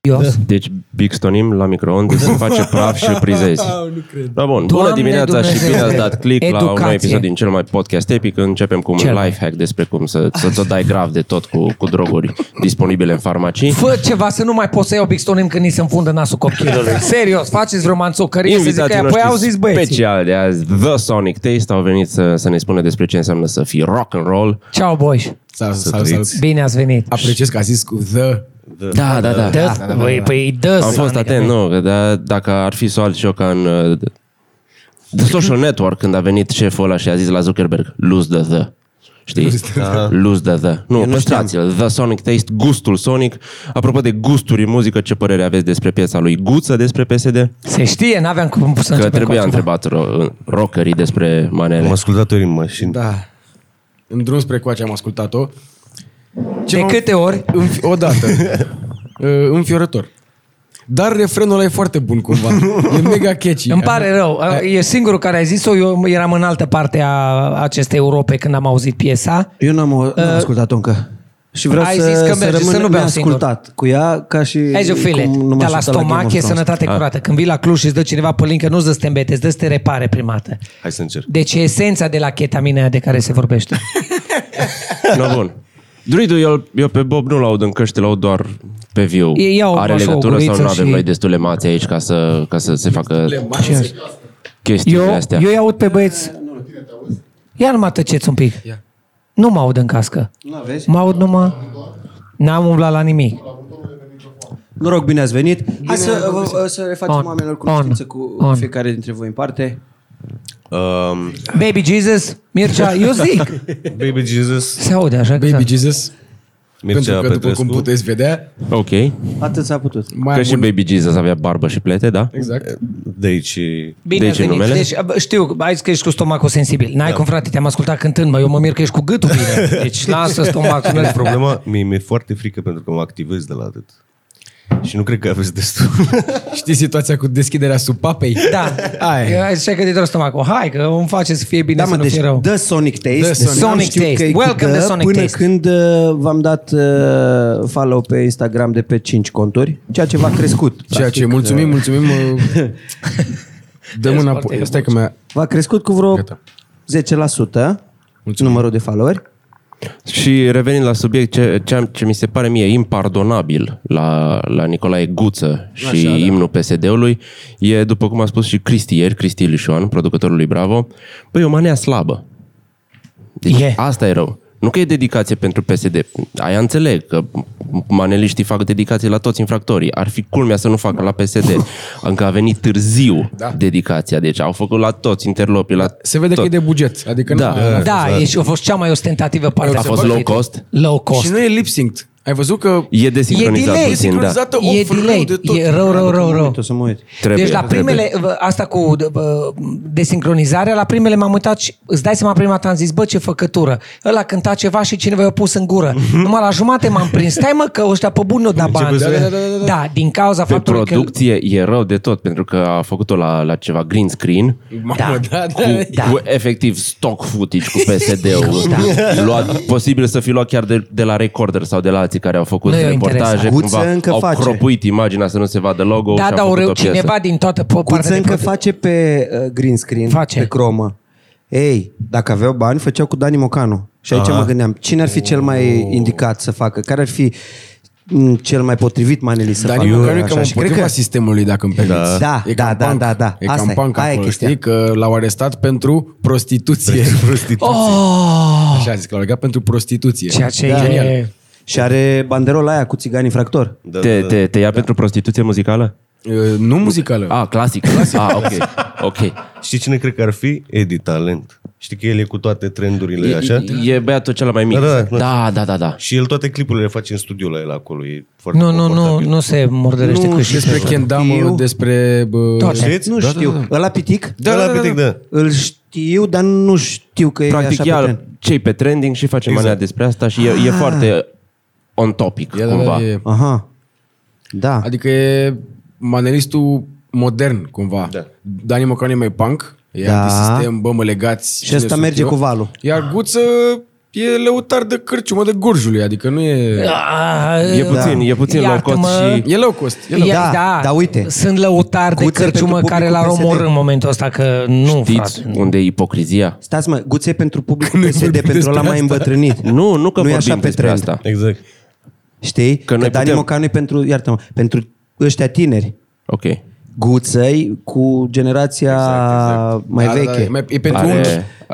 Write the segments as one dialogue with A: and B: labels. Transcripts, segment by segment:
A: Eu?
B: Deci bixtonim la microunde, se face praf și îl prizezi.
C: nu cred.
B: Da, bun. Bună
A: Doamne
B: dimineața și bine ați
A: Dumnezeule!
B: dat click la un nou
A: Educație.
B: episod din cel mai podcast epic. Începem cu un
A: Cel mai.
B: life hack despre cum să, să tot dai grav de tot cu, cu droguri disponibile în farmacii.
A: Fă ceva să nu mai poți să iau Bixtonim când ni se înfundă nasul copilului. Serios, faceți vreo manțocărie să zic că
B: Invitații
A: aia. Păi au
B: noștri
A: zis băieții.
B: special de azi, The Sonic Taste, au venit să, să ne spună despre ce înseamnă să fii rock and roll.
A: Ceau, boys.
C: Salut, salut, salut.
B: trăiți.
A: Bine ați venit.
C: Apreciez că a zis cu the.
B: Da, da, da.
A: Dă, da, păi, păi dă
B: Am fost atent, nu, că da, dacă ar fi soal și eu ca în uh, The Social Network, când a venit șeful ăla și a zis la Zuckerberg, lose the the. Știi? Da. Lose the the. Nu, păstrați-l. The Sonic Taste, gustul Sonic. Apropo de gusturi în muzică, ce părere aveți despre piața lui Guță despre PSD?
A: Se știe, n-aveam cum să
B: Că
A: începem
B: trebuia
A: cu altceva.
B: întrebat ro- rockerii despre
D: Am
B: manele.
D: ascultat ori în mașină. Da.
C: Da. În drum spre coace am ascultat-o. Ce
A: De
C: m-am-
A: câte ori?
C: Înf- odată. Uh, Înfiorător. Dar refrenul ăla e foarte bun cumva. E mega catchy.
A: Îmi pare rău. E singurul care a zis-o. Eu eram în altă parte a acestei Europe când am auzit piesa.
E: Eu n-am, uh, n-am ascultat-o încă. Și vreau
A: ai
E: să,
A: zis că
E: să
A: merge,
E: rămân
A: să nu beau
E: ascultat cu ea ca și
A: Hai zi, file,
E: cum nu
A: dar
E: m-aș
A: la
E: uita Game of
A: stomac e
E: Thrones.
A: sănătate curată. Când vii la Cluj și îți dă cineva pălincă, nu-ți dă să te îmbete, îți dă să te repare prima dată.
D: Hai să încerc.
A: Deci e esența de la ketamina aia de care se vorbește.
B: No, bun. Druidul, eu, eu pe Bob nu-l aud în căști, l aud doar pe viu.
A: E- ia o-
B: Are
A: așa, o
B: legătură sau
A: guriță
B: nu avem
A: și-
B: noi destule mați aici ca să, ca să se facă chestiile
A: Eu,
B: astea?
A: eu îi aud pe băieți. Ia nu mă tăceți un pic. Nu mă aud în cască.
E: Nu vezi?
A: Mă aud numai... N-am umblat la nimic.
E: Noroc, bine ați venit. Hai să, vă, să le facem
A: On.
E: oamenilor
A: On.
E: cunoștință cu
A: On.
E: fiecare dintre voi în parte.
D: Um,
A: Baby Jesus, Mircea, eu zic.
D: Baby Jesus,
A: Se aude așa că
C: Baby
A: s-a-
C: Jesus.
D: Mircea
C: pentru că după cum
D: Petrescu.
C: puteți vedea,
B: Ok.
E: Atât s-a putut.
C: mai
B: Că
C: am
B: și
C: un...
B: Baby Jesus avea barbă și plete, da?
C: Exact.
D: De aici e-
A: Bine
B: De
A: ați
B: ce
A: venit.
B: numele?
A: Deci, bă, știu, ai zis că ești cu stomacul sensibil. N-ai cum, frate, te-am ascultat cântând, mă, eu mă mir că ești cu gâtul bine. Deci lasă stomacul, nu problem.
C: Da.
D: problema, mi- mi-e foarte frică pentru că mă activez de la atât. Și nu cred că aveți destul.
C: Știi situația cu deschiderea supapei?
A: Da,
C: Aia e.
A: Aia. Ai zis că te doar stomacul. Hai, că îmi face să fie bine,
E: Da,
A: să
E: mă,
A: nu
E: deci
A: fie rău.
E: The Sonic Taste.
C: The Sonic
E: N-am
A: Taste.
E: știut că e cu
A: Welcome
E: the
A: the Sonic
E: Până
A: Taste.
E: când uh, v-am dat uh, follow pe Instagram de pe 5 conturi, ceea ce v-a crescut.
C: Ceea
E: practic.
C: ce mulțumim,
B: da.
C: mulțumim. uh, Dăm
A: foarte
C: înapoi. Stai că mi-a...
E: V-a crescut cu vreo
C: Gata.
E: 10% numărul de followeri.
B: Și revenind la subiect, ce, ce, am- ce mi se pare mie impardonabil la, la Nicolae Guță și Așa, imnul PSD-ului e, după cum a spus și Cristi ieri, Cristi Lișoan, producătorul lui Bravo, păi e o manea slabă. Deci
A: E.
B: asta e rău. Nu că e dedicație pentru PSD. Aia înțeleg că maneliștii fac dedicații la toți infractorii. Ar fi culmea să nu facă la PSD. Încă a venit târziu da. dedicația. Deci au făcut la toți interlopii. La
C: Se vede
B: tot.
C: că e de buget. Adică
B: Da.
C: nu...
B: Da.
A: Da, ești, a fost cea mai ostentativă parte.
B: A
A: de
B: fost
A: profit.
B: low cost?
A: Low
C: Și
A: cost.
C: nu e lip-synced. Ai văzut că
B: E desincronizat
A: delay, Deci,
B: puțin, da.
C: sincronizată o
A: E
C: frână
A: delay.
C: de tot.
A: E rău, rău, rău, rău.
E: Uite, o să mă uit.
B: Trebuie,
A: deci la
B: trebuie.
A: primele, vă, asta cu vă, desincronizarea, la primele m-am uitat și îți dai seama prima dată am zis, bă, ce făcătură. Ăla cânta ceva și cineva i-a pus în gură. Numai la jumate m-am prins. Stai mă că ăștia pe bun nu da bani. Da,
C: să-
A: da, da, da. da, din cauza
B: Pe
A: faptului că...
B: producție e rău de tot, pentru că a făcut-o la, la ceva green screen,
C: Mamă, da,
B: cu,
C: da.
A: Da.
B: da. cu efectiv stock footage cu PSD-ul. da. luat, posibil să fi luat chiar de, de la Recorder sau de la alții care au făcut
A: Nu e o
B: reportaje.
A: interesant.
B: Cumva,
E: Guță încă
B: au
E: face.
B: cropuit imaginea să nu se vadă logo
A: Da,
B: și
A: dar
B: a
A: o
B: făcut
A: reu-
B: o piesă.
A: cineva din toată po- partea
E: Cuță
A: de
E: încă
A: produ-
E: face pe uh, green screen,
A: Face.
E: pe cromă. Ei, dacă aveau bani, făceau cu Dani Mocanu. Și aici Aha. mă gândeam, cine ar fi cel mai indicat să facă? Care ar fi m, cel mai potrivit manelist să
C: Dar
E: facă?
C: eu nu e
E: așa?
C: cam
E: Și cred
C: împotriva
E: că
C: sistemului, dacă îmi permiți.
E: Da,
C: E
E: da,
C: cam
E: da,
C: punk.
E: da, da.
C: E cam
E: Asta e,
C: punk
E: aia e
C: acolo,
E: chestia.
C: știi? Că l-au arestat pentru prostituție. prostituție.
A: Oh!
C: Așa a zis, că l-au legat pentru prostituție.
A: Ceea ce
C: Da.
A: e...
E: și are banderola aia cu țigani infractor.
D: Da, da,
B: Te,
D: da.
B: te, te ia pentru prostituție muzicală?
C: E, Uh, Nu muzicală.
B: Ah, clasic. ah, ok. ok.
D: Știi cine cred că ar fi? Edi Talent. Știi că el e cu toate trendurile
B: E,
D: așa?
B: e băiatul cel mai mic.
D: Da, da,
B: da, da, da, da.
D: Și el toate clipurile le face în studioul ăla acolo. E foarte
A: Nu, nu, nu,
D: confortabil.
A: nu se murdărește
E: Nu,
A: cu și
C: Despre Kendamă,
E: Eu-
C: uh, despre... bă,
A: Toate.
D: Știți?
E: Nu
D: Da,
E: știu.
D: da,
E: Ăla pitic?
D: Da, da, da, da, da.
E: Îl știu, dar nu știu că e
B: Practic,
E: Exact, așa Ah. pe
B: ia
E: tren.
B: cei pe trending și face exact. manea despre asta și e, e foarte on topic,
C: e, da, da,
B: cumva.
C: e-
E: Aha. Da.
C: Adică e manelistul modern, cumva.
D: Da.
C: Dani Mocanu e mai punk, e
E: Da.
C: antisistem, bă, mă legați.
E: Și
C: cine
E: ăsta
C: sunt
E: merge
C: eu?
E: cu valul.
C: Iar Guță e lăutar de cârciumă de gurjului, adică nu
E: Da.
C: e...
A: A,
B: E puțin, e puțin low cost
A: Ah, iartă-mă.
B: și-
C: E low cost. E low.
E: Ia- Da, dar uite.
A: Sunt lăutari de
E: Guță pentru
A: cărciumă
E: publicul
A: care l-ar
E: PSD.
A: omorâ în momentul ăsta, că nu,
B: Știți
A: frate.
B: unde e ipocrizia?
E: Stați mă, guțe pentru publicul
C: noi
E: PSD,
C: vorbim
E: pentru ăla
C: despre
E: mai îmbătrânit.
B: Nu, nu că
E: Nu e
B: vorbim
E: așa pe
B: despre
E: trend.
B: asta.
D: Exact.
E: Știi? Că,
B: noi
E: că Dani
B: putem-
E: Mocanu e pentru, iartă-mă, pentru ăștia tineri.
B: Ok. Ah,
E: Guțăi cu generația
B: Exact,
E: mai
C: Da, da, da,
E: veche.
C: e mai- e pentru
B: Are-
C: unchi.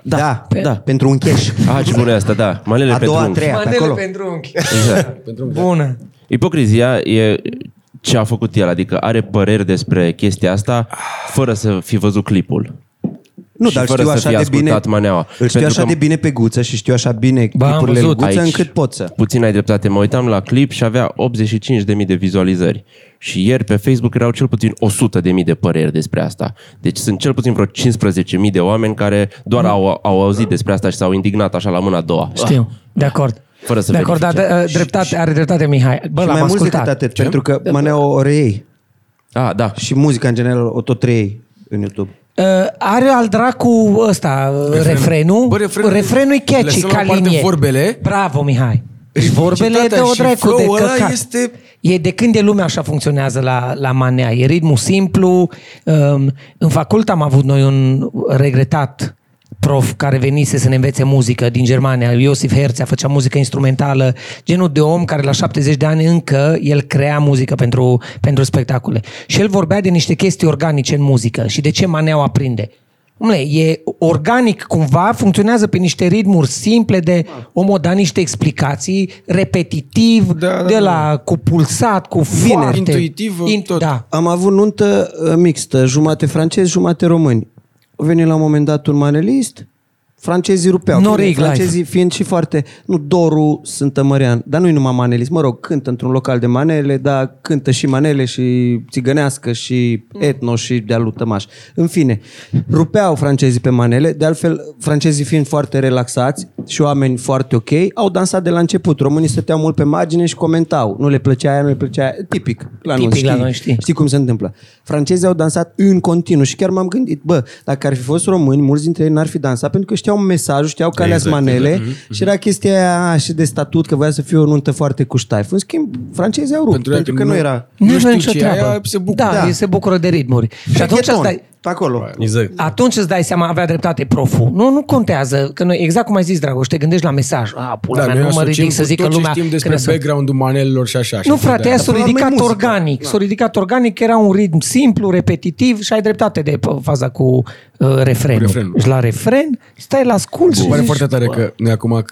E: Da, da, da, pentru un cash.
B: Ah, ce bună e asta, da. Manele
E: A
B: pentru
E: doua, a
B: unchi.
E: treia, pe
A: Manele
E: acolo.
A: pentru unchi.
B: Exact.
A: Bună.
B: Ipocrizia e ce a făcut el, adică are păreri despre chestia asta fără să fi văzut clipul.
E: Nu,
B: și
E: dar
B: fără
E: știu
B: să
E: așa
B: fi
E: de bine.
B: ascultat maneaua.
E: Îl știu
B: Pentru
E: așa
B: că
E: de bine pe guță și știu așa bine
A: Ba, am
E: clipurile lui
A: văzut
E: guță
B: aici.
E: încât pot să.
B: Puțin ai dreptate, mă uitam la clip și avea 85.000 de vizualizări. Și ieri pe Facebook erau cel puțin 100.000 de păreri despre asta. Deci sunt cel puțin vreo 15.000 de oameni care doar au, au auzit despre asta și s-au indignat așa la mâna a doua.
A: Știu. De acord.
B: Fără să
A: De acord, dar
B: verifice.
A: da, dreptate, are dreptate Mihai. Bă,
E: și
A: l-am
E: mai mult decât
A: ascultat.
E: atât, pentru că Maneo o reiei
B: Ah, da.
E: și muzica în general o tot reiei în YouTube.
A: Uh, are al dracu ăsta refrenul. refrenul.
C: Bă, refrenul-
A: refrenul e catchy
C: lăsăm la
A: ca
C: o parte
A: linie.
C: vorbele.
A: Bravo, Mihai. Și vorbele
C: Ridicitatea
A: de o
C: și
A: dracu de
C: flow-ul ăla
A: căcat.
C: este-
A: E de când e lumea așa funcționează la, la manea. E ritmul simplu. Um, în facultă am avut noi un regretat prof care venise să ne învețe muzică din Germania, Iosif Herzia, făcea muzică instrumentală, genul de om care la 70 de ani încă el crea muzică pentru, pentru spectacole. Și el vorbea de niște chestii organice în muzică și de ce maneaua aprinde. Omule, e organic cumva, funcționează pe niște ritmuri simple de omul da niște explicații, repetitiv, da, da, de la cu pulsat, cu foarte...
C: Intuitiv, tot.
A: Da.
E: Am avut nuntă uh, mixtă, jumate francezi, jumate români. A venit la un moment dat un manelist, francezii rupeau.
A: No
E: Bine,
A: rig live.
E: francezii fiind și foarte... Nu, Doru sunt tămărean, dar nu-i numai manelist. Mă rog, cântă într-un local de manele, dar cântă și manele și țigănească și etno și de-a lui Tămaș. În fine, rupeau francezii pe manele, de altfel francezii fiind foarte relaxați și oameni foarte ok, au dansat de la început. Românii stăteau mult pe margine și comentau. Nu le plăcea aia, nu le plăcea aia. Tipic, la
A: Tipic
E: noi,
A: la noi, știi.
E: Știi cum se întâmplă. Francezii au dansat în continuu și chiar m-am gândit, bă, dacă ar fi fost români, mulți dintre ei n-ar fi dansat pentru că știau mesajul, știau calea exact, manele și era chestia aia a, și de statut că voia să fie o nuntă foarte cu ștaif. În schimb, francezii au rupt pentru,
C: ea
E: pentru că nu, era.
C: Nu
A: Nu,
C: știu
A: nu nicio
C: ce,
A: treabă.
C: aia se bucură.
A: Da,
E: Da.
A: da. se bucură de ritmuri. Și atunci
E: Reggaeton,
A: îți dai,
E: pe acolo.
D: Exact.
A: atunci îți dai seama, avea dreptate proful. Nu, nu contează, că noi, exact cum ai zis, Dragoș, te gândești la mesaj. A, pula
C: Da,
A: mea, nu
C: noi
A: mă
C: asociem
A: ridic să
C: cu
A: zică
C: tot ce
A: lumea.
C: știm
A: când
C: despre
A: să-
C: background-ul manelelor și așa. și
A: nu,
C: așa,
A: frate,
C: da.
A: aia
E: Dar
A: s-a
E: până la urmă e
A: ridicat
E: muzică.
A: organic. S-a ridicat organic, era un ritm simplu, repetitiv și ai dreptate de p- faza cu uh, refrenul.
C: refrenul.
A: Și la refren stai la ascult și
C: Mi se pare
A: zici,
C: foarte tare că noi acum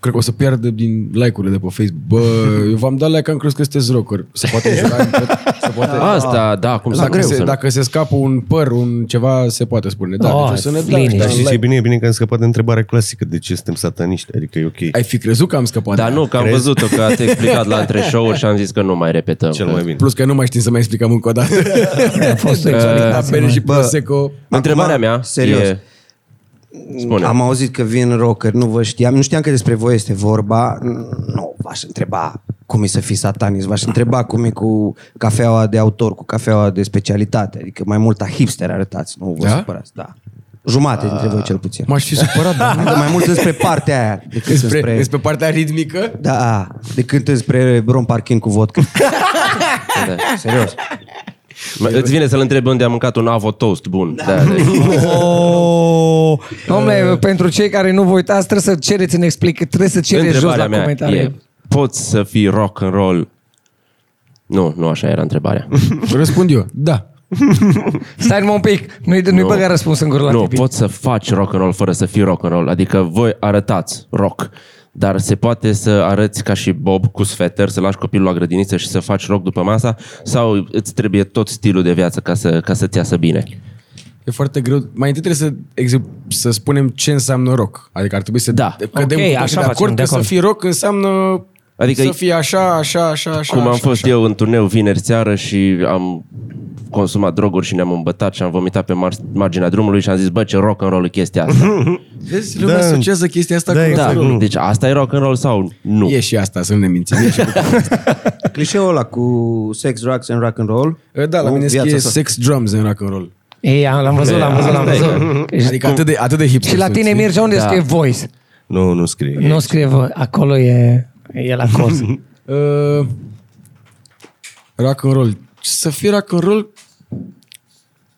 C: cred că o să piardă din like-urile de pe Facebook. Bă, eu v-am dat like, am crezut că sunteți rocker. Se poate jura în tot? Se poate...
B: Asta, da, cum s-a
C: Dacă
B: greu.
C: se,
B: să-
C: dacă se scapă un păr, un ceva, se poate spune. Da,
A: Oh,
C: deci o să ne
A: liniște.
C: dai.
D: Dar
C: Dar
D: știți ce e
C: like.
D: bine? E bine că am scăpat de întrebarea clasică de ce suntem sataniști. Adică e ok.
C: Ai fi crezut că am scăpat.
B: Dar nu, că am
D: Crezi?
B: văzut-o, că ați explicat la între show-uri și am zis că nu mai repetăm.
D: Cel
B: că-
D: mai bine.
C: Plus că nu mai știm să mai explicăm încă o dată.
A: A fost o
C: Da,
A: explicație.
C: bere și
E: Bă.
C: Prosecco.
B: Întrebarea
E: Acum,
B: mea
E: serios.
B: e... Spune.
E: Am auzit că vin rocker, nu vă știam, nu știam că despre voi este vorba. Nu, v-aș întreba cum e să fii satanist, v-aș întreba cum e cu cafeaua de autor, cu cafeaua de specialitate, adică mai mult a hipster arătați, nu vă
C: Da?
E: supărați, da. Jumate dintre voi cel puțin.
C: M-aș fi supărat, dar nu.
E: Adică mai mult despre partea aia decât despre...
C: Despre,
E: despre...
C: despre partea ritmică?
E: Da, decât despre rom parkin cu vodka.
B: Da.
E: Serios.
B: Îți vine să-l întrebi unde a mâncat un avo toast bun. Da, da.
A: Oh,
B: Uh.
A: domnule, pentru cei care nu vă uitați, trebuie să cereți în explic, trebuie să cereți jos la
B: Întrebarea mea
A: comentarii.
B: e, poți să fii rock and roll? Nu, nu așa era întrebarea.
C: Răspund eu. Da.
A: Stai numai un pic, nu-i, nu-i
B: Nu.
A: Păi băga răspuns în gură la
B: nu,
A: tipii.
B: poți să faci rock and roll fără să fii rock and roll. Adică voi arătați rock, dar se poate să arăți ca și Bob cu sfeter, să lași copilul la grădiniță și să faci rock după masa sau îți trebuie tot stilul de viață ca să, ca să-ți iasă bine?
C: E foarte greu. Mai întâi trebuie să, exe- să spunem ce înseamnă rock. Adică ar trebui să
B: Da.
C: cădem
A: Ok,
C: cu toții
A: așa
C: de
A: facem,
C: acord
A: de
C: că să
A: acord.
C: fii rock înseamnă
B: Adică
C: să
B: e-
C: fii așa, așa, așa, așa.
B: Cum am
C: așa,
B: fost
C: așa.
B: eu în turneu vineri seară și am consumat droguri și ne-am îmbătat și am vomitat pe mar- marginea drumului și am zis, bă, ce rock and roll e chestia asta.
C: Vezi, lumea
D: Da.
C: asociază chestia asta
D: Da,
C: cu
D: exact.
C: rock and
B: da.
D: nu.
B: Deci asta e rock and roll sau nu?
C: roll. E și asta, să nu ne mințim. E și
E: Clișeul ăla cu sex, drugs and rock and roll.
C: Da, la
E: Nu?
C: mine
E: Viața
C: e
E: sa.
C: sex drums în rock and roll.
A: Ei, am- l-am văzut, l-am văzut, l-am văzut.
C: Adică atât de, atât de hip.
A: Și la tine, Mircea, unde
B: Da.
A: scrie voice?
D: Nu, nu scrie.
A: Nu scrie, vă, acolo e, e la cos.
C: Uh, rock and roll. Să fie rock and roll,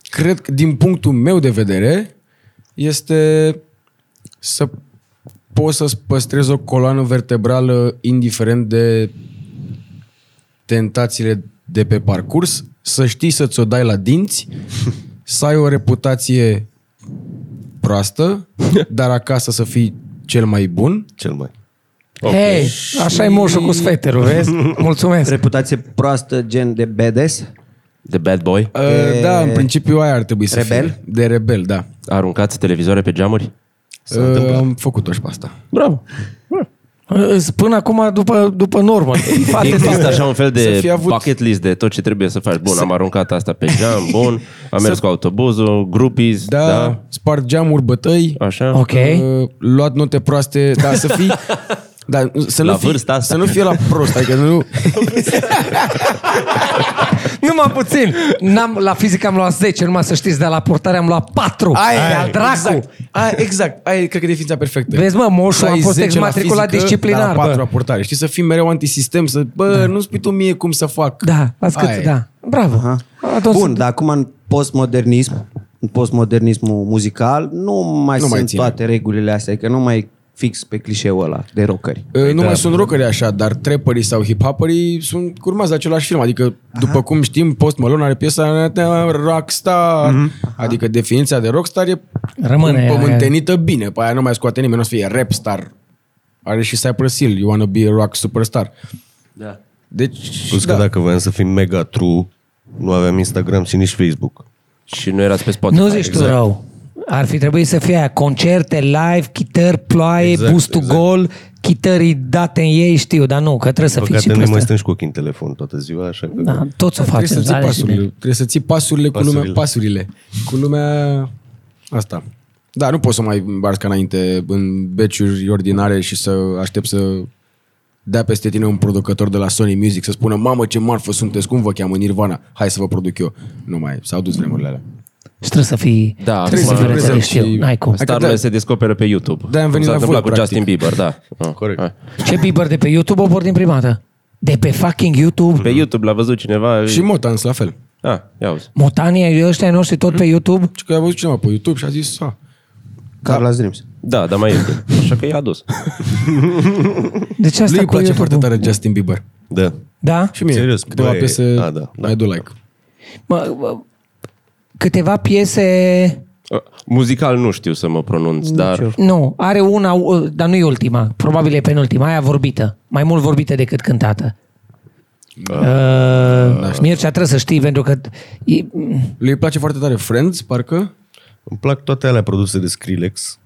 C: cred că din punctul meu de vedere, este să poți să-ți păstrezi o coloană vertebrală indiferent de tentațiile de pe parcurs, să știi să ți-o dai la dinți, să ai o reputație proastă, dar acasă să fii cel mai bun.
D: Cel mai.
A: Hei, așa e moșul cu sfeterul, vezi? Mulțumesc.
E: Reputație proastă, gen de bedes.
B: The bad boy.
C: Uh, da, în principiu aia ar trebui să
E: rebel?
C: fie. De rebel, da.
B: Aruncați televizoare pe geamuri.
C: Uh, am făcut-o și pe asta.
B: Bravo.
A: Până acum, după, după normă. Foarte
B: Există așa un fel
C: Să
B: de
C: fi avut-
B: bucket list de tot ce trebuie să faci. Bun, am aruncat asta pe geam, bun, am mers cu autobuzul, groupies,
C: Da,
B: da,
C: da. spart geamuri, bătăi,
B: așa.
A: Ok.
C: uh, luat note proaste, dar să fii... Da, să
B: La
C: nu fii,
B: vârsta asta.
C: Să nu fie la prost, adică nu...
A: Numai puțin. N-am, la fizică am luat 10, numai să știți, dar la portare am luat 4. Aia, aia dracu.
C: Exact, aia, exact, aia e, cred că e definiția perfectă.
A: Vezi, mă, moșul,
C: Să ai
A: am fost
C: 10 la
A: exmatriculat
C: fizică,
A: disciplinar,
C: Dar la patru
A: bă.
C: la portare. Știi, să fii mereu antisistem, să... Bă, da. nu spui tu mie cum să fac.
A: Da, las cât,
C: Aia e.
A: da. Bravo.
E: Aha.
A: Atunci,
E: Bun, da. dar acum în postmodernism, în postmodernismul muzical, nu mai
C: Nu
E: nu
C: mai
E: sunt mai
C: ține.
E: toate regulile astea, că nu mai e fix pe clișeul ăla de rockeri.
C: Uh, Nu mai sunt rockeri așa, dar trapperii sau hip-hopperii sunt curmați de același film. Adică, după cum știm, Post Malone are piesa Rockstar. Adică definiția de rockstar e
A: Rămâne,
C: pământenită bine. Pe aia nu mai scoate nimeni, nu o să fie rapstar. Are și Cypress Hill, You Wanna Be a Rock Superstar.
B: Da.
C: Deci,
D: Plus da. că dacă voiam să fim mega true, nu aveam Instagram și nici Facebook.
B: Și nu erați pe Spotify.
A: nu zici tu rău. Ar fi trebuit să fie aia, concerte, live, chitări, ploaie, exact,
D: Exact,
A: boost to
D: exact.
A: gol, chitării date în ei, știu, dar nu, că trebuie să fii și
D: Păcate
A: pe
D: nu mai
A: ăsta.
D: strângi cu ochii în telefon toată ziua, așa că...
A: Da, toți o
C: trebuie să
A: facem.
C: ții
A: are și
C: pasurile.
A: bine.
C: Trebuie să ții pasurile, cu lumea,
D: Pasurile.
C: pasurile. Cu lumea asta. Da, nu poți să mai îmbarci ca înainte în beciuri ordinare și să aștept să dea peste tine un producător de la Sony Music să spună Mamă, ce marfă sunteți, cum vă cheamă Nirvana? Hai să vă produc eu. Nu mai, s-au dus vremurile alea.
D: Păi-
A: Și trebuie să fii,
B: Da,
A: trebuie să
B: acum
A: fii
B: trebuie
C: să
A: rețele,
C: fii-
A: știu, n-ai cum.
C: Hai că da.
B: Starul se descoperă pe YouTube.
C: De-aia am venit
B: Cum s-a
C: la
B: întâmplat
C: voi,
B: cu Justin
C: practic.
B: Bieber, da. Ah,
D: Corect.
B: hai.
A: Ce Bieber de pe YouTube o pornim prima dată? De pe fucking YouTube?
B: Pe YouTube l-a văzut cineva.
C: Și Motans la fel.
B: Ah, ia uzi.
A: Motania, ăștia ai noștri tot pe YouTube?
C: Și că a văzut cineva pe YouTube și a zis "Ah, A,
E: Carla Dreams.
B: Da, dar mai ieftin. Așa că i-a adus.
A: De ce
C: lui
A: asta
C: îi
A: cu
C: place
A: YouTube?
C: foarte tare Justin Bieber.
D: Da.
A: Da?
C: Și mie,
D: Serios,
C: câteva
D: băi,
C: piese
D: a, da, da.
C: mai do like.
A: Mă, mă, câteva piese...
C: Ah,
B: Muzical nu știu să mă pronunț, dar...
A: Nu, are una, u- dar nu e ultima. Probabil e penultima, aia vorbită. Mai mult vorbită decât cântată. Uh, uh, Mircea, trebuie să știi, pentru că... E,
C: Lui îi place foarte tare Friends, parcă.
D: Îmi plac toate alea produse de Skrillex.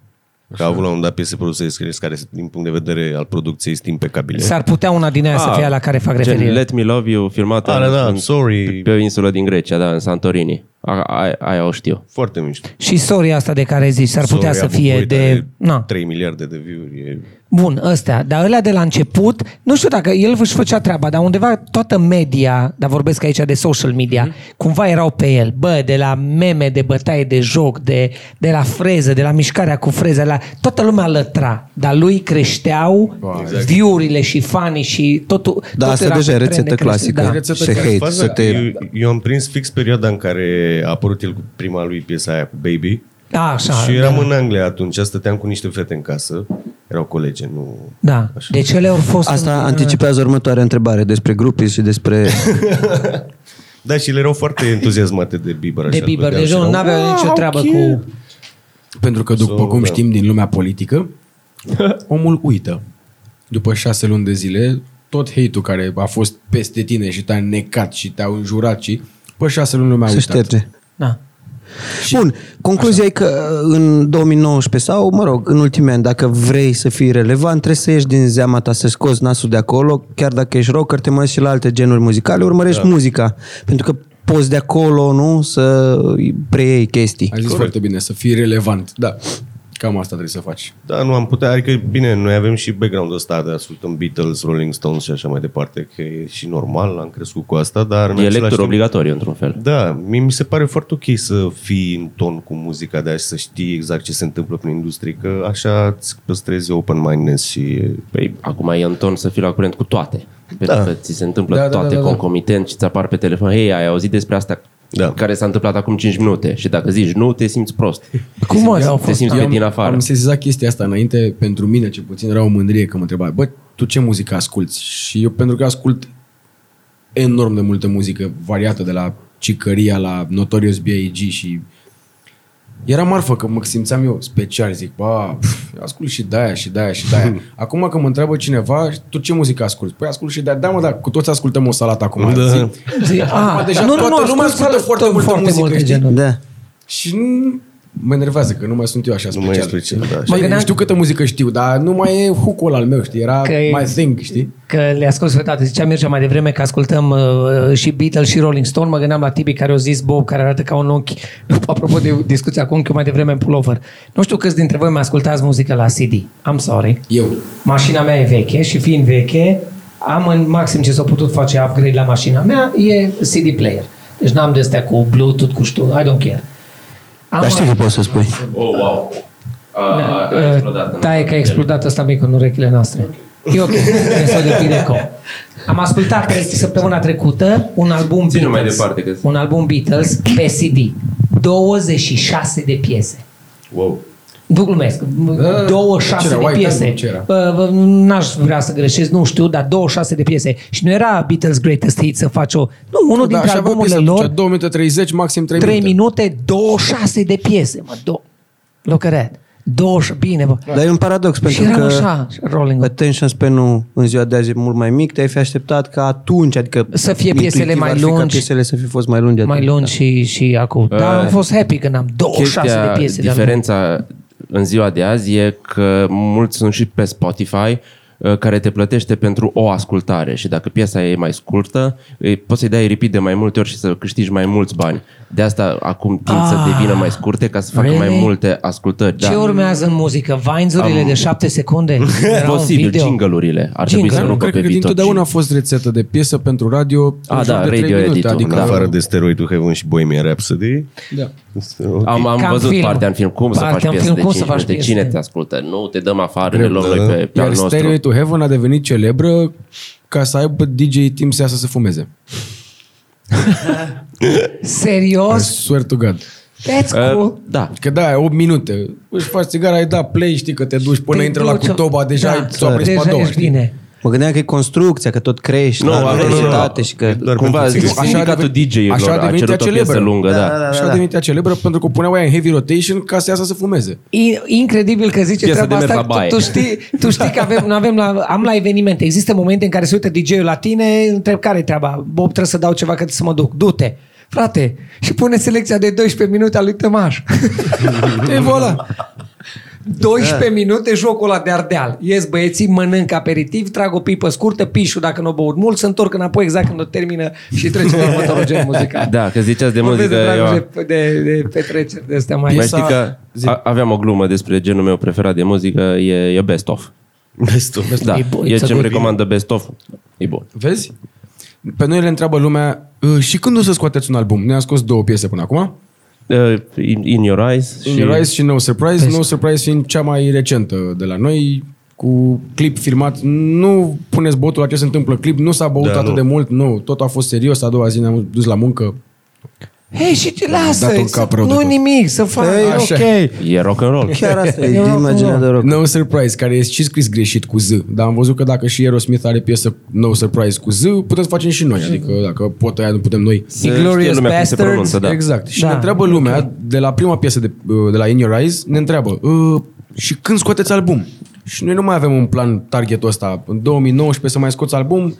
D: Că au avut la un moment dat piese produse de Skrillex care, din punct de vedere al producției, sunt impecabil.
A: s-ar putea una din aia să
B: Ah,
A: fie aia la care fac
B: gen
A: referire.
B: Let Me Love You, filmată
D: Ah, da, da,
B: în-
D: sorry.
B: pe o insulă din Grecia, da, în Santorini. A, a, aia o știu.
D: Foarte mișto.
A: Și storia asta de care zici, s-ar putea
D: Sorry,
A: să fie
D: București
A: de...
D: are
A: Na.
D: 3 miliarde de view-uri. E...
A: Bun, ăstea. Dar ălea de la început, nu știu dacă el își făcea treaba, dar undeva toată media, dar vorbesc aici de social
C: Mhm.
A: media, mm-hmm. cumva erau pe el. Bă, de la meme, de bătaie de joc, de, de la freză, de la mișcarea cu freză, la... toată lumea lătra. Dar lui creșteau exact. view-urile și fanii și totul.
E: Da,
A: tot
E: asta
A: era
E: deja e
A: pe trend de
E: rețetă
A: creștere.
E: clasică.
A: Da.
C: Rețetă
E: Se
C: clasică.
E: hate,
D: Faza,
E: să te...
D: eu, eu am prins fix perioada în care a apărut el cu prima lui piesa aia cu Baby.
A: Da. A, așa.
D: și eram în Anglia atunci, stăteam cu niște fete în casă. Erau colege, nu...
A: Da. Deci ele au fost...
E: Asta anticipează următoarea întrebare despre grupii și despre...
D: Da, și ele erau foarte entuziasmate de Bieber.
A: de
D: așa,
A: Bieber.
D: vedeam
A: Deci
D: și
A: nu
D: erau,
E: Ah,
A: aveau nicio treabă cu...
C: Pentru că, după
D: So,
C: cum
D: da.
C: știm din lumea politică, omul uită. După șase luni de zile, tot hate-ul care a fost peste tine și te-a necat și te-a înjurat și pe șase luni lumea a
E: să
C: uitat.
E: șterge.
A: Da.
E: Bun, concluzia e că uh, în 2019 sau, mă rog, în ultimii ani, dacă vrei să fii relevant, trebuie să ieși din zeama ta, să scoți nasul de acolo, chiar dacă ești rocker, te mai uiți și la alte genuri muzicale, urmărești da. muzica, pentru că poți de acolo, nu, să preiei chestii.
C: Ai zis foarte bine, să fii relevant. Da. Cam asta trebuie să faci.
D: Da, nu am putea, adică bine, noi avem și background-ul ăsta de ascultăm Beatles, Rolling Stones și așa mai departe, că e și normal, am crescut cu asta, dar... în
B: E
D: același
B: lectură
D: timp-
B: obligatoriu, într-un fel.
D: Da, mie mi se pare foarte ok să fii în ton cu muzica de aia și să știi exact ce se întâmplă prin industrie, că așa îți păstrezi open mindness și...
B: Păi, acum e în ton să fii la curent cu toate. Pentru
D: Da.
B: că ți se întâmplă
C: Da, da,
B: da,
C: da,
B: toate
C: da, da.
B: concomitent și ți apar pe telefon. Hei, ai auzit despre asta
D: Da.
B: care s-a întâmplat acum 5 minute și dacă zici nu, te simți prost.
A: Cum mă, au
B: Te
A: fost?
B: simți pe
C: am,
B: din afară.
C: Am sesizat chestia asta înainte, pentru mine ce puțin era o mândrie că mă întreba, bă, tu ce muzică asculti? Și eu pentru că ascult enorm de multă muzică variată de la Cicăria la Notorious B.I.G. și era marfă că mă simțeam eu special, zic, ba, pf, eu ascult și de-aia și de-aia și de-aia. Acum că mă întreabă cineva, tu ce muzică asculti? Păi ascult și de-aia, da mă, da, cu toți ascultăm o salată acum.
D: Da.
C: Da.
A: Zi- a,
C: Acum deja
A: Ah, nu, nu,
C: toată
A: nu,
C: lumea ascultă
A: ascultă
C: foarte multă muzică,
A: multe
C: știi?
A: genuri.
E: Da.
C: Și nu- mă enervează că nu mai sunt eu așa
D: Nu
C: special.
D: mai e special, da, așa.
A: Mă
C: Mă
A: gândeam-
C: gândeam... Știu câtă muzică știu, dar nu mai e hook-ul ăla al meu, știi? Era
A: Că
C: că
A: e-
C: my thing, știi?
A: Că le ascult pe toate. Zicea Mircea mai devreme că ascultăm uh, și Beatles și Rolling Stone. Mă gândeam la Tibi care au zis Bob, care arată ca un ochi. Apropo de discuția cu unchiul mai devreme în pullover. Nu știu câți dintre voi mai ascultați muzică la CD. I'm sorry.
C: Eu.
A: Mașina mea e veche și fiind veche, am în maxim ce s-a putut face upgrade la mașina mea e CD player. Deci n-am de astea cu Bluetooth, cu știu, I don't care. Am
E: Dar știi că poți să spui.
B: Oh, wow.
A: Da, uh, Taie că a explodat ăsta mic în urechile noastre. E ok, ne s-o de Pideco. Am ascultat tre- săptămâna trecută un album
B: Ține
A: Beatles.
B: mai departe, că-
A: Un album Beatles pe CD. 26 de piese.
B: Wow.
A: Nu glumesc.
C: Da, ce
A: 26
C: era,
A: de
C: White
A: piese.
C: Album, ce era?
A: Bă, bă, N-aș vrea să greșesc, nu știu, dar 26 de piese. Și nu era Beatles Greatest Hits să faci o... Nu, unul dintre
C: Da, așa, bă,
A: albumurile
C: piesa
A: lor...
C: zicea 2 minute 30, maxim 3,
A: 3
C: minute.
A: minute, 26 de piese, mă, do... Look at that. 20, bine, bă.
C: Da.
E: Dar e un paradox, pentru
A: eram
E: că
A: așa, rolling.
E: attention span-ul în ziua de azi e mult mai mic, te-ai fi așteptat ca atunci, adică
A: Să fie piesele
E: intuitiv
A: mai
E: ar fi ca
A: lungi.
E: piesele să fi fost mai da. lungi.
A: mai
E: atunci.
A: lung și, și acum.
C: Ă,
A: Dar am fost happy când am 26 de
B: Chestia,
A: piese. da, de-al meu.
B: diferența în ziua de azi e că mulți sunt și pe Spotify uh, care te plătește pentru o ascultare și dacă piesa e mai scurtă, îi- poți să-i dai repeat de mai multe ori și să câștigi mai mulți bani. De asta acum tind să
A: Ah,
B: devină mai scurte ca să facă
A: really?
B: mai multe ascultări. Da,
A: Ce
C: da.
A: urmează în muzică? Vines-urile de 7 secunde? Era un
B: Posibil,
A: video.
B: jingle-urile ar trebui
A: Jingle.
B: să
C: Dar nu
B: rupă
C: cred
B: pe
C: că
B: viitor.
C: dintotdeauna a fost rețetă de piesă pentru radio
B: A,
C: în jur
B: da,
C: de trei
B: radio
C: minute,
B: edit-ul,
C: adică,
D: În
B: da.
D: afară de Steroid to Heaven și Bohemian Rhapsody.
C: Da.
B: Am, am
A: Ca în
B: văzut
A: film.
B: partea în film. Cum
A: Partea
B: să faci
A: în
B: piesă
A: film,
B: de
A: cum
B: 5
A: să faci
B: minute?
A: piese?
B: Cine te ascultă? Nu te dăm afară, ne luăm noi pe, pe al
C: da, Iar Stereo
B: nostru.
C: to Heaven a devenit celebră ca să aibă DJ timp să iasă să fumeze. I
A: Serios?
C: swear to God.
A: That's
B: Uh,
A: cool.
B: Da,
C: Că da, ai 8 minute. Își faci țigara, ai da play, știi că te duci până
A: Te
C: intră la
A: duci-
C: cutoba, deja
A: Păi, da,
C: ai s-o aprins pe
A: deja
C: a doua,
A: ești
C: știi?
A: bine.
E: Mă gândeam că e construcția, că tot crești
B: Nu,
E: la
B: nu, nu, nu.
E: universitate și că...
D: Doar
B: Cumva
D: pentru
C: Așa a
B: sindicatul
C: devenit-
B: DJ-urilor
C: așa a
B: a
C: devenit
B: cerut o
C: ea
B: piesă
C: celebră.
B: lungă, da.
E: da,
C: Și a
E: da.
C: devenit ea celebră pentru că puneau aia în heavy rotation ca să iasă să fumeze.
A: I- Incredibil că zice
B: Piesă de
A: treaba
B: mers
A: asta.
B: la baie.
A: Tu, tu știi, tu știi că avem, noi avem la, am la evenimente. Există momente în care se uită DJ-ul la tine, întreb care e treaba. Bob, trebuie să dau ceva că să mă duc. Du-te. Frate, și pune selecția de 12 minute a lui Tămaș. e voilà. 12 minute jocul ăla de ardeal. Ies băieții, mănânc aperitiv, trag o pipă scurtă, pișu dacă nu n-o băut mult, se întorc înapoi exact când o termină și trece pe următorul gen muzical.
B: Da, că ziceați de
A: Vorbesc
B: muzică,
A: de,
B: eu...
A: dragul de, de, de petreceri de astea mai...
B: Mai
C: Piesa-
B: știi că
C: zi.
B: a, aveam o glumă despre genul meu preferat de muzică, e, e Best Of.
D: Destul.
B: Da,
A: E bun,
B: e
A: it's a
B: ce-mi
A: good
B: recomandă Best Of. E bun.
C: Vezi? Pe noi le întreabă lumea, "Ă, și când o să scoateți un album? Ne-a scos două piese până acum.
B: Uh, in, in Your Eyes.
C: In
B: și-
C: Your Eyes și No Surprise. No Surprise fiind cea mai recentă de la noi, cu clip filmat. Nu puneți botul la ce se întâmplă clip, nu s-a băut
D: Da,
C: atât
D: nu.
C: de mult, nu. Tot a fost serios, a doua zi ne-am dus la muncă.
A: Hei, și ce lasă?
C: Da, Dat un cap rău de
A: Nu
C: tot.
A: nimic, să fac.
E: Ei,
C: Așa.
E: "Păi, ok.
B: E rock and roll.
E: Chiar asta
A: Eu
E: e
A: acum-
E: imaginea de rock.
C: No Surprise, care e și scris greșit cu Z, dar am văzut că dacă și Aerosmith are piesă No Surprise cu Z, putem să facem și noi, adică dacă pot aia, nu putem noi.
B: Să știe
A: Glorious
B: lumea cum se
A: Bastards.
B: pronunță, da.
C: Exact. Și
A: Da,
C: da, ne întreabă lumea, de la prima piesă de, uh, de la In Your Eyes, ne întreabă, "Ă, și când scoateți album? Și noi nu mai avem un plan targetul ăsta. În 2019 să mai scoți album,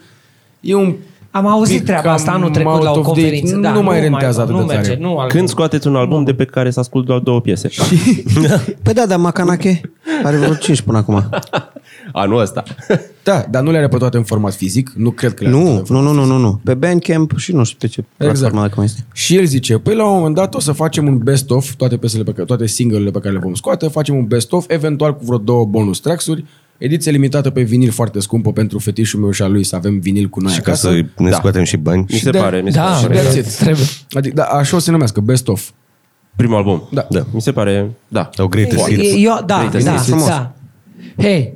C: e un
A: Am auzit
C: pic
A: treaba
C: cam
A: asta anul trecut
C: out
A: la o
C: of date.
A: conferință.
C: Nu,
A: da,
C: nu mai rentează atât
A: nu
C: de
A: merge,
C: tare.
A: nu al...
B: Când scoateți un album de pe care să ascult doar două piese?
E: Păi da, dar Macanache are vreo 5 până acum.
B: Anul ăsta.
C: Da, dar nu le are pe toate în format fizic, nu cred că le are pe toate
E: Nu,
C: în
E: nu, nu, nu, nu, nu. Pe Bandcamp și nu știu pe ce platformă dacă mai este.
C: Și el zice, păi la un moment dat o să facem un best-of, toate piesele pe care, toate single-urile pe care le vom scoate, facem un best-of, eventual cu vreo două bonus tracks-uri, ediție limitată pe vinil foarte scumpă pentru fetișul meu și al lui să avem vinil cu noi
D: Și ca
C: acasă. Da.
D: să ne scoatem și bani.
B: da, Mi se
C: de-
B: pare, mi se
A: Da,
B: pare.
C: that's it.
A: trebuie.
C: Adică, da, așa o să se numească, best-of.
B: Primul album.
C: Da.
B: da. Mi se pare, da.
D: Au greatest hits.
A: E- Eu, da,
B: Greatest
A: da,
B: hits.
A: da, da. Hey,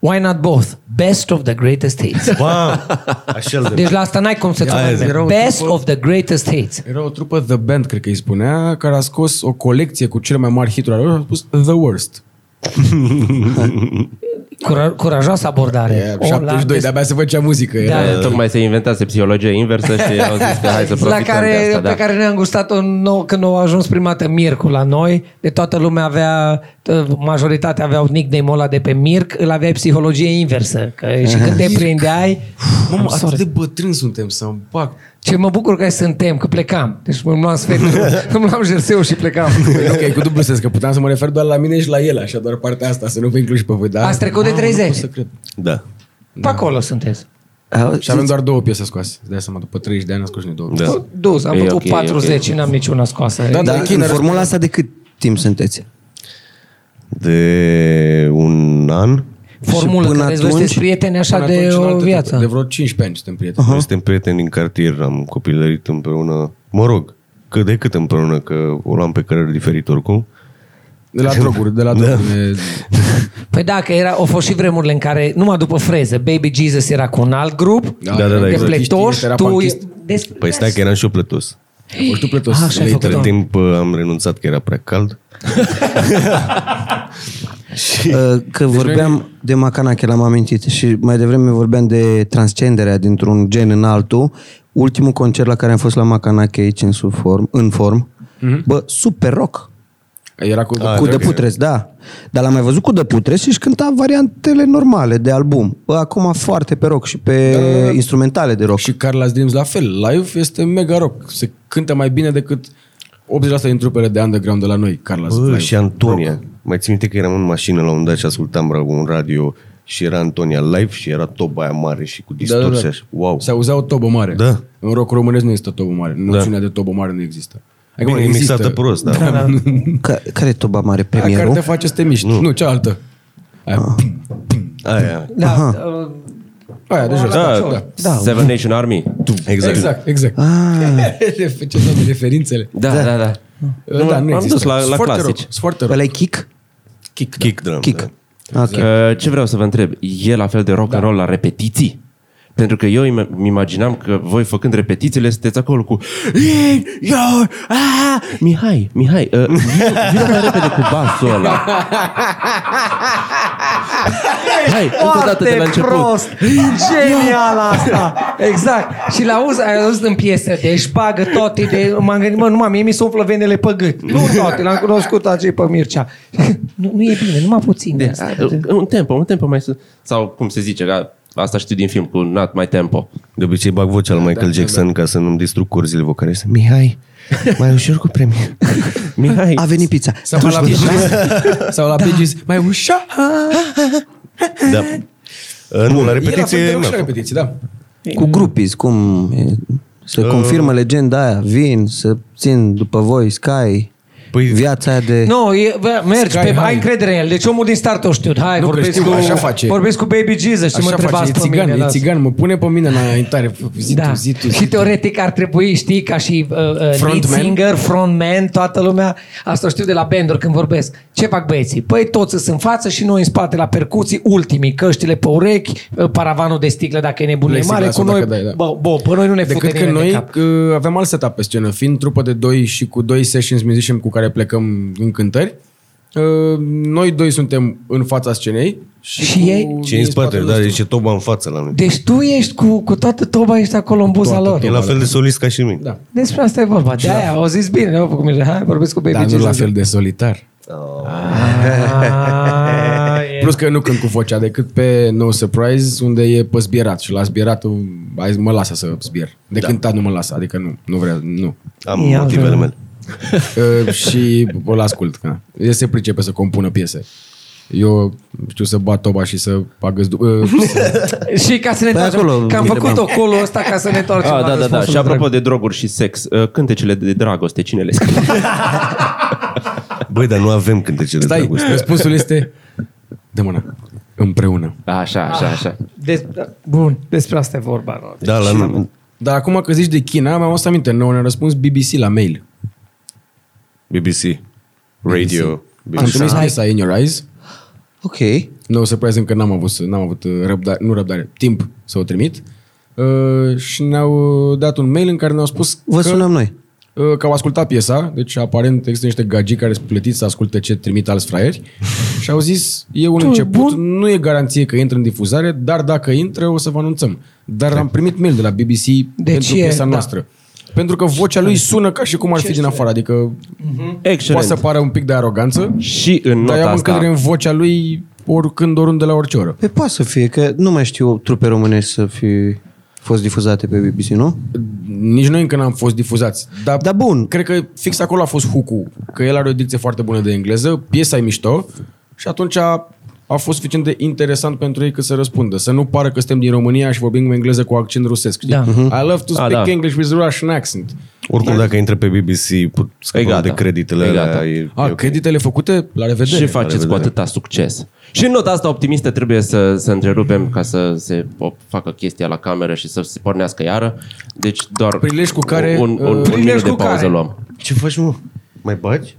A: why not both? Best of the greatest hits.
D: Ba, așa de...
A: Deci la asta n-ai cum să-ți
D: Ia,
A: opui.
D: ia,
C: ia.
A: Best of the greatest hits.
C: Era o trupă The Band, cred că îi spunea, care a scos o colecție cu cele mai mari hituri ale lor și a spus The Worst.
A: Cura- curajoasă abordare.
C: E,
A: O, la
C: 72,
A: des-
C: de-abia se făcea muzică. Era.
A: Da.
B: Eh, Tocmai se inventase psihologia inversă și au zis că hai să
A: la
B: profităm
A: care,
B: de asta.
A: pe
B: Da.
A: care ne-am gustat-o nou, când au ajuns prima dată Mircu la noi, de toată lumea avea, t- majoritatea aveau nickname-ul ăla de pe Mirc, îl aveai psihologie inversă. Că și când te prindeai, I'm
C: Mamă, atât
A: sorry.
C: de bătrâni suntem să-mi bag.
A: ce mă bucur că suntem, că plecam. Deci îmi luam sfetul, îmi luam jerseul și plecam.
C: E ok, cu dublu sens, că puteam să mă refer doar la mine și la el, așa, doar partea asta, să nu vă includ și pe voi. Da?
A: Ați trecut de
C: Mamă, nu
A: 30.
C: pot să cred.
D: Da.
A: Pe acolo sunteți.
C: Și avem doar două piese scoase. De seama, după 30 de ani am scos și noi două piese.
D: Da.
A: Dus, am
B: E
A: făcut
B: ok, e
A: 40 și n-am niciuna scoasă.
C: Da, da.
E: Dar în
C: Chină,
E: formula asta de cât timp sunteți?
D: De un an
A: Formulă,
E: Și până
A: că deci voi sunteți
E: atunci-
A: prieteni așa
C: Până
A: de
C: atunci, în
A: o
C: altă
A: viață.
C: etapă. De vreo 15 ani suntem prieteni.
D: Noi suntem prieteni din cartier, am copilărit împreună, mă rog, cât de cât împreună, că o luam pe cărări diferit oricum.
C: De la droguri, de la
D: Da.
C: droguri. ne-
A: Păi da, că era, au fost și vremurile în care, numai după freze, Baby Jesus era cu un alt grup,
C: Da, da, da,
A: de
D: exact.
A: pletoș,
C: Era
A: tu...
C: punkist.
A: Des...
D: Păi stai că eram și eu plătos.
C: Ori tu plătos.
A: Ah, așa ai
C: later.
A: făcut.
D: Între
A: Doamne.
D: timp uh, am renunțat că era prea cald.
E: Uh, Că vorbeam de Macanache, l-am amintit și mai devreme vorbeam de transcenderea dintr-un gen în altul. Ultimul concert la care am fost la Macanache aici în, sub form, în form, bă, super rock.
C: Era cu...
E: Ah, cu
D: ok.
E: de putres, da. Dar l-am mai văzut cu de putres și își cânta variantele normale de album. Bă, acum foarte pe rock și pe
C: Da.
E: instrumentale de rock.
C: Și Carla's Dreams la fel. Live este mega rock. Se cântă mai bine decât 80% din trupele de underground de la noi, Carla's
D: Bă,
C: Live.
D: și Antonia. Mai țin minte că eram în mașină la un moment dat și ascultam ra- un radio și era Antonia live și era toba aia mare și cu
C: Da, da,
D: distorsie.
C: da.
D: așa. Wow.
C: Se auzea o tobă mare.
D: Da.
C: În rock românesc nu există tobă mare. Noțiunea de tobă mare nu există. Adică,
D: Bine, e
C: există.
D: mixată prost, dar da,
E: Ca, care e toba mare?
C: Aia care
E: Premierul?
C: te face să te miști. Nu, cealaltă. Aia,
D: aia.
A: Da, uh,
C: aia de jos.
B: Da,
C: da.
B: da, Seven Nation Army.
D: Exact. exact.
C: Exact, exact. Ah. Ce toate referințele.
B: Da, da, da. da.
C: Nu, da, nu
B: am
C: există.
B: dus la, la
C: Sunt foarte
B: clasici.
C: Rock, sunt foarte rock.
E: Ăla e kick?
D: Kick, kick drum.
E: Kick.
D: Da.
E: Ok.
B: Uh, Ce vreau să vă întreb, e la fel de rock and roll la repetiții? Pentru că eu îmi îmi imaginam că voi făcând repetițiile sunteți acolo cu "Ei, eu, a, Mihai, Mihai, uh, vină- vină mai repede cu basul ăla. Hai, încă o dată de la început.
A: prost! Genial asta! Exact. Și la auzi, ai auzit în piesă de își bagă toate, de, m-am gândit, mă, numai mie mi se umflă venele pe gât. Nu toate, l-am cunoscut acei pe Mircea. Nu, nu e bine, numai puțin. De,
B: De, a, un tempo, un tempo mai să... Sau cum se zice, că asta știu din film cu Not My Tempo.
D: De obicei bag vocea lui Michael Jackson ca să nu-mi distrug corzile vocale. Să- Mihai, mai ușor cu premie.
B: Mihai,
E: A venit pizza.
C: Sau la Bee Gees. Sau la Bee Gees. Mai ușa.
D: Da. Uh, Nu, la
C: E la fel de
D: repetiție
C: rock
D: n-a
C: și la
D: fost.
C: repetiții, da.
E: Cu grupiz, cum e, se confirmă legenda aia, vin să țin după voi, Sky,
D: Păi-
E: păi, viața aia de...
A: Nu, e, bă, mergi,
C: Sky
A: pe,
C: high.
A: ai încredere în el. Deci omul din start o știu. Hai,
C: Nu, că
A: vorbesc,
C: știu,
A: cu,
C: așa face.
A: vorbesc cu Baby Jesus și mă
C: Așa
A: întrebați
C: face, e
A: pe
C: țigan,
A: mine.
C: e
A: lasă.
C: țigan, mă pune pe mine înaintare, zi tu,
A: da.
C: zi tu,
A: și
C: zi tu.
A: teoretic ar trebui, știi, ca și uh, uh, lead
C: Frontman.
A: singer, frontman, toată lumea, asta o știu de la banduri când vorbesc. Ce fac băieții? Păi toți sunt în față și noi în spate la percuții, ultimii, căștile pe urechi, uh, paravanul de sticlă dacă e nebunie
C: Plexiglasul
A: mare, cu noi,
C: dacă dai, da.
A: bă, bă, pe noi nu ne fute
C: Decât că
A: nimeni de
C: noi
A: cap.
C: că aveam alt setup pe scenă, fiind trupă de doi și cu doi sessions musician cu care plecăm în cântări, uh, noi doi suntem în fața scenei și,
A: Și
C: cu-
A: ei?
D: Și în spate, da, deci e toba în față la noi.
A: Deci tu ești cu, cu toată toba, ești acolo în buza lor.
D: E la fel de solist ca și mine.
C: Da.
A: Despre asta e vorba. De aia au zis bine, ne-au făcut mine. Hai, vorbesc cu Baby
C: Dar Da. nu
A: Jesus.
C: la fel de solitar.
A: Ah, e-
C: Plus că nu cânt cu vocea decât pe No Surprise, unde e pe zbierat și la zbieratul ai zis, mă lasă să zbier. De da. cântat nu mă lasă, adică nu, nu vrea, nu.
D: Am
A: Ia
D: motivele
A: vedem.
D: mele.
C: Uh, și îl ascult. Că. El se pricepe să compună piese. Eu știu să bat toba și să agăz... Uh,
A: Și ca să ne
E: Păi
A: întoarcem,
E: acolo,
A: că am
E: uite,
A: făcut-o acolo ăsta ca să ne întoarcem
B: Ah,
A: la
B: da, da, da.
A: răspunsul
B: Și apropo
A: drag.
B: de droguri și sex, uh, cântecele de dragoste, cine le scrie?
D: Băi, dar nu avem cântece de
C: stai,
D: dragoste.
C: răspunsul este... Dă mâna. Împreună.
B: Așa, așa, așa.
A: Des- Bun, despre asta e vorba. Nu?
D: Da, la nu.
C: Dar acum că zici de China, mi-am adus aminte. Nouă ne-a răspuns BBC la mail.
D: BBC. Radio.
C: Am
D: BBC.
C: trimis piesa In Your Eyes.
E: Ok.
C: No surprise încă n-am avut, să- n-am avut uh, răbdare, nu răbdare, timp să o trimit. Uh, și ne-au uh, dat un mail în care ne-au spus
E: Vă
C: că,
E: sunăm noi.
C: uh, că au ascultat piesa, deci aparent există niște gagii care sunt plătiți să asculte ce trimit alți fraieri și au zis, e un început, nu e garanție că intră în difuzare, dar dacă intră o să vă anunțăm. Dar am primit mail de la BBC pentru
A: Da. e-
C: piesa
A: da.
C: noastră. Pentru că vocea lui sună ca și cum ar fi din afară, adică
A: Mhm.
C: poate să
B: Excelent.
C: pară un pic de aroganță,
B: Și în
C: dar eu
B: nota
C: am încredere
B: asta,
C: în vocea lui oricând, oriunde, la orice oră.
E: Pe Păi, poate să fie, că nu mai știu trupe românești să fi fost difuzate pe BBC, nu?
C: Nici noi încă n-am fost difuzați. Dar,
E: Dar bun.
C: Cred că fix acolo a fost hucu, că el are o dicție foarte bună de engleză, piesa e mișto și atunci a, a fost suficient de interesant pentru ei că să răspundă. Să nu pară că suntem din România și vorbim cu engleză cu accent rusesc. Știi?
A: Da.
C: I love to
D: Ah,
B: A,
C: speak
B: da.
C: English with Russian accent.
D: Oricum, dacă intră pe BBC, put,
B: E
D: scăpăm
B: Păi gata.
D: de creditele
B: E
D: alea.
B: gata.
D: E, e
C: A,
D: ok.
C: creditele făcute? La revedere.
B: ce faceți cu atâta succes? Și în nota asta optimistă trebuie să, să întrerupem ca să se o- facă chestia la cameră și să se pornească iară. Deci doar
C: Prilej cu care,
B: un, un,
C: uh,
B: un,
C: prilej
B: minut de
A: cu
B: pauză
A: care.
B: luăm.
E: Ce faci, mă?
D: Mai bagi?